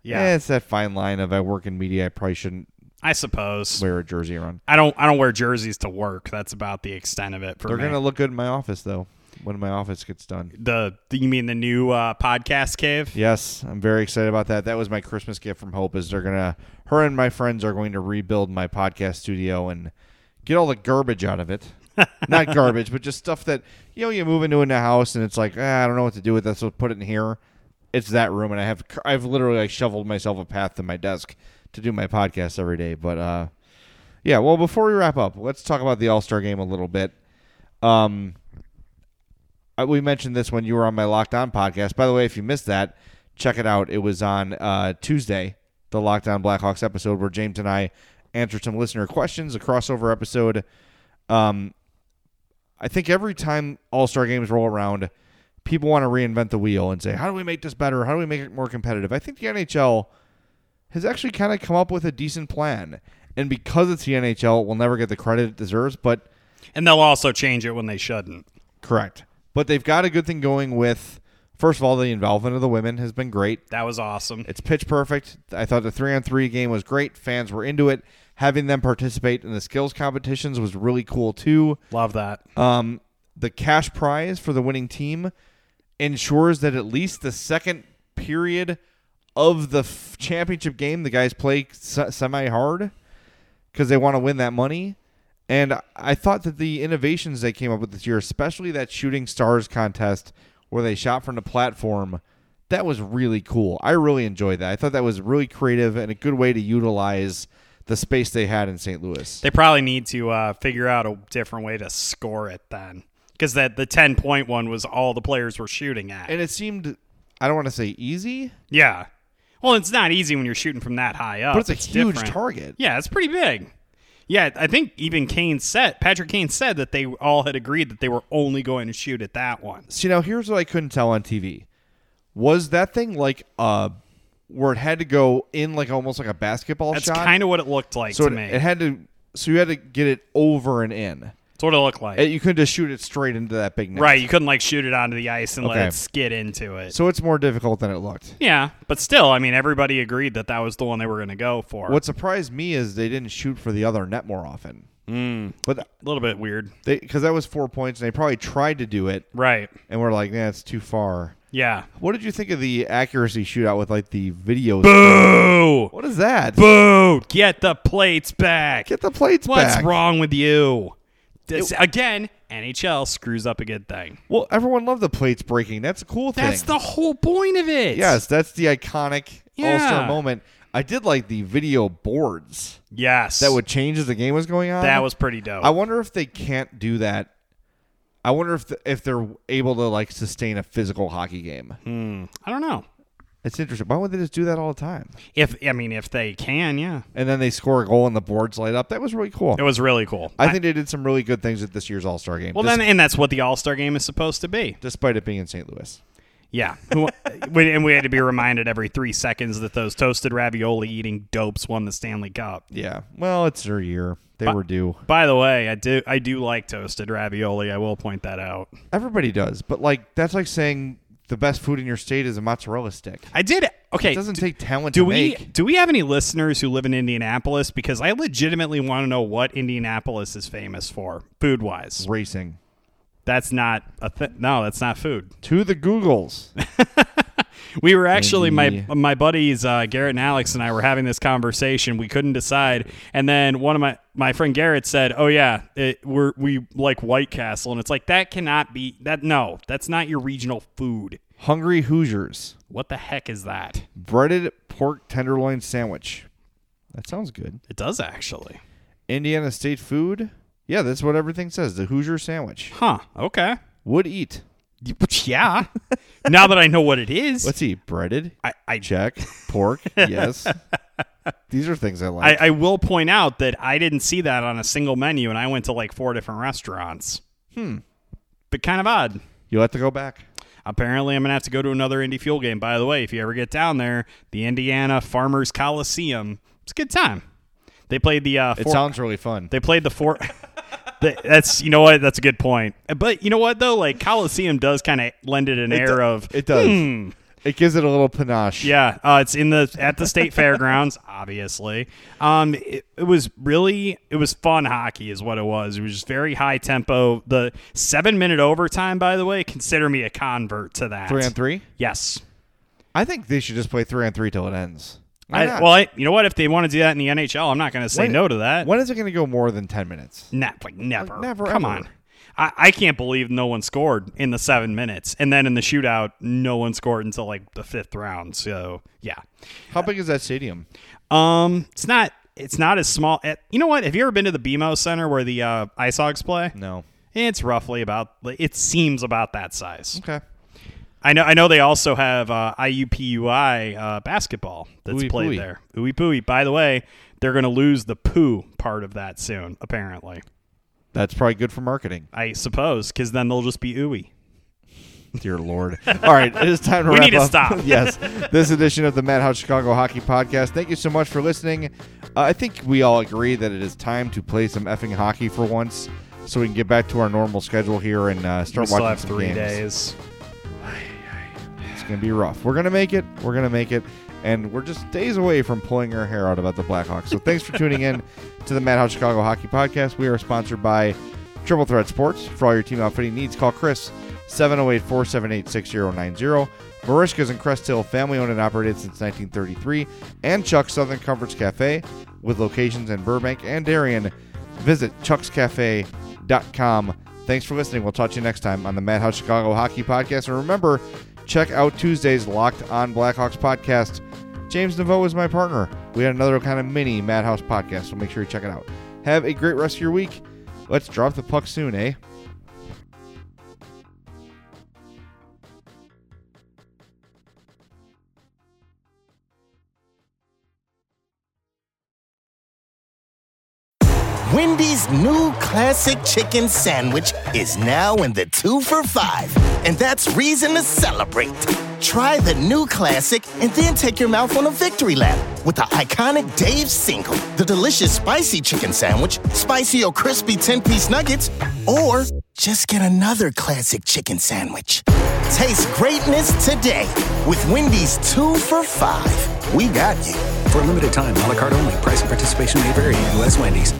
Yeah. yeah, it's that fine line of I work in media. I probably shouldn't I suppose. wear a jersey around. I don't I don't wear jerseys to work. That's about the extent of it for They're me. gonna look good in my office though when my office gets done. the, the you mean the new uh, podcast cave? Yes, I'm very excited about that. That was my Christmas gift from Hope. Is they're gonna her and my friends are going to rebuild my podcast studio and get all the garbage out [LAUGHS] of it. Not garbage, but just stuff that you know you move into a new house and it's like ah, I don't know what to do with this. So put it in here. It's that room, and I have I've literally like shoveled myself a path to my desk to do my podcast every day. But uh, yeah. Well, before we wrap up, let's talk about the All Star game a little bit. Um, I, we mentioned this when you were on my Locked On podcast. By the way, if you missed that, check it out. It was on uh, Tuesday, the Locked On Blackhawks episode where James and I answered some listener questions, a crossover episode. Um, I think every time All Star games roll around, people want to reinvent the wheel and say, how do we make this better? How do we make it more competitive? I think the NHL has actually kind of come up with a decent plan. And because it's the NHL, it will never get the credit it deserves, but And they'll also change it when they shouldn't. Correct. But they've got a good thing going with, first of all, the involvement of the women has been great. That was awesome. It's pitch perfect. I thought the three on three game was great. Fans were into it. Having them participate in the skills competitions was really cool, too. Love that. Um, the cash prize for the winning team ensures that at least the second period of the f- championship game, the guys play se- semi hard because they want to win that money. And I- I thought that the innovations they came up with this year, especially that shooting stars contest where they shot from the platform, that was really cool. I really enjoyed that. I thought that was really creative and a good way to utilize the space they had in St. Louis. They probably need to uh, figure out a different way to score it then, because that the ten point one was all the players were shooting at. And it seemed, I don't want to say easy, yeah. Well, it's not easy when you're shooting from that high up. but it's a huge different. target. Yeah, it's pretty big. Yeah, I think even Kane said Patrick Kane said that they all had agreed that they were only going to shoot at that one. See now, here's what I couldn't tell on TV: was that thing like uh, where it had to go in like almost like a basketball That's shot? kind of what it looked like so to it, me. it had to, so you had to get it over and in. That's what it looked like. It- you couldn't just shoot it straight into that big net. right, you couldn't like shoot it onto the ice and Okay. let it skid into it. So it's more difficult than it looked. yeah, but still, I mean, everybody agreed that that was the one they were going to go for. What surprised me is they didn't shoot for the other net more often. Mm. But a little bit weird. they because that was four points, and they probably tried to do it right, and we're like, nah, it's too far. Yeah. What did you think of the accuracy shootout with like the video? Boo! What is that? Boo! Get the plates back. Get the plates What's back. wrong with you? This, again, NHL screws up a good thing. Well, everyone loved the plates breaking. That's a cool thing. That's the whole point of it. Yes, that's the iconic Yeah. All Star moment. I did like the video boards. Yes. That would change as the game was going on. That was pretty dope. I wonder if they can't do that. I wonder if th- if they're able to like sustain a physical hockey game. Hmm. I don't know. It's interesting. Why would they just do that all the time? If I mean, if they can, yeah. And then they score a goal and the boards light up. That was really cool. It was really cool. I, think they did some really good things at this year's All Star game. Well, dis- then, and that's what the All Star Game is supposed to be. despite it being in St. Louis. Yeah, Who- [LAUGHS] we- and we had to be reminded every three seconds that those toasted ravioli eating dopes won the Stanley Cup. Yeah. Well, it's their year. They were due. By the way, I do I do like toasted ravioli. I will point that out. Everybody does, but like that's like saying the best food in your state is a mozzarella stick. I did okay. It doesn't do- take talent Do to we make. do we have any listeners who live in Indianapolis? Because I legitimately want to know what Indianapolis is famous for food wise. Racing. That's not a thi- no. That's not food. To the Googles. [LAUGHS] We were actually my Maybe. my buddies uh, Garrett and Alex and I were having this conversation. We couldn't decide, and then one of my my friend Garrett said, "Oh yeah, it, we're we like White Castle," and it's like that cannot be that. No, that's not your regional food. Hungry Hoosiers. What the heck is that? Breaded pork tenderloin sandwich. That sounds good. It does actually. Indiana State food. Yeah, that's what everything says. The Hoosier sandwich. Huh. Okay. Would eat. Yeah. [LAUGHS] now that I know what it is, Let's see. Breaded. I I, Check. [LAUGHS] Pork. yes. These are things I like. I I will point out that I didn't see that on a single menu, and I went to like four different restaurants. Hmm. But kind of odd. You'll have to go back. Apparently, I'm gonna have to go to another Indy Fuel game. By the way, if you ever get down there, the Indiana Farmers Coliseum, it's a good time. They played the. Uh, It four- sounds really fun. They played the four. the- that's you know what that's a good point. But you know what though, like Coliseum does kind of lend it an It air do- of it does. "Hmm." It gives it a little panache. Yeah, uh, it's in the at the state fairgrounds, [LAUGHS] obviously. Um, it, it was really it was fun hockey, is what it was. It was just very high tempo. The seven minute overtime, by the way, consider me a convert to that. Three on three. Yes. I think they should just play three on three till it ends. Why I, not? well, I, you know what? If they want to do that in the NHL, I'm not going to say When- no to that. when is it going to go more than ten minutes? Ne- like never, never, Come ever. on. I, I can't believe no one scored in the seven minutes, and then in the shootout, no one scored until like the fifth round. So yeah, How big is that stadium? um, it's not it's not as small. eh, You know what? Have you ever been to the BMO Center where the uh, Ice Hogs play? Eh, No. It's roughly about. It seems about that size. Okay. I know. I know they also have uh, IUPUI uh, basketball that's Ooey played pooey. there. Ooey pooey. By the way, they're going to lose the poo part of that soon, apparently. That's probably good for marketing. I suppose because then they'll just be ooey. [LAUGHS] Dear Lord. All right, it is time [LAUGHS] to We wrap need to up. stop. [LAUGHS] yes, this edition of the Madhouse Chicago Hockey Podcast. Thank you so much for listening. Uh, I think we all agree that it is time to play some effing hockey for once, so we can get back to our normal schedule here and uh, We start still watching have some three games. days. It's gonna be rough. We're gonna make it. We're gonna make it, and we're just days away from pulling our hair out about the Blackhawks. So thanks for tuning in to the Madhouse Chicago Hockey Podcast. We are sponsored by Triple Threat Sports for all your team outfitting needs. Call Chris 708-478-6090. Marishka's in oh. Crest Hill, family owned and operated since 1933, and Chuck's Southern Comforts Cafe with locations in Burbank and Darien. Visit chuckscafe.com. Thanks for listening. We'll talk to you next time on the Madhouse Chicago Hockey Podcast. And remember, check out Tuesday's Locked On Blackhawks podcast. James Naveau is my partner. We had another kind of mini Madhouse podcast, so make sure you check it out. Have a great rest of your week. Let's drop the puck soon, eh? Wendy's new classic chicken sandwich is now in the two for five, and that's reason to celebrate. Try the new classic and then take your mouth on a victory lap with the iconic Dave's single, the delicious spicy chicken sandwich, spicy or crispy 10 piece nuggets, or just get another classic chicken sandwich. Taste greatness today with Wendy's two for five. We got you. For a limited time, a la carte only. Price and participation may vary at U.S. Wendy's.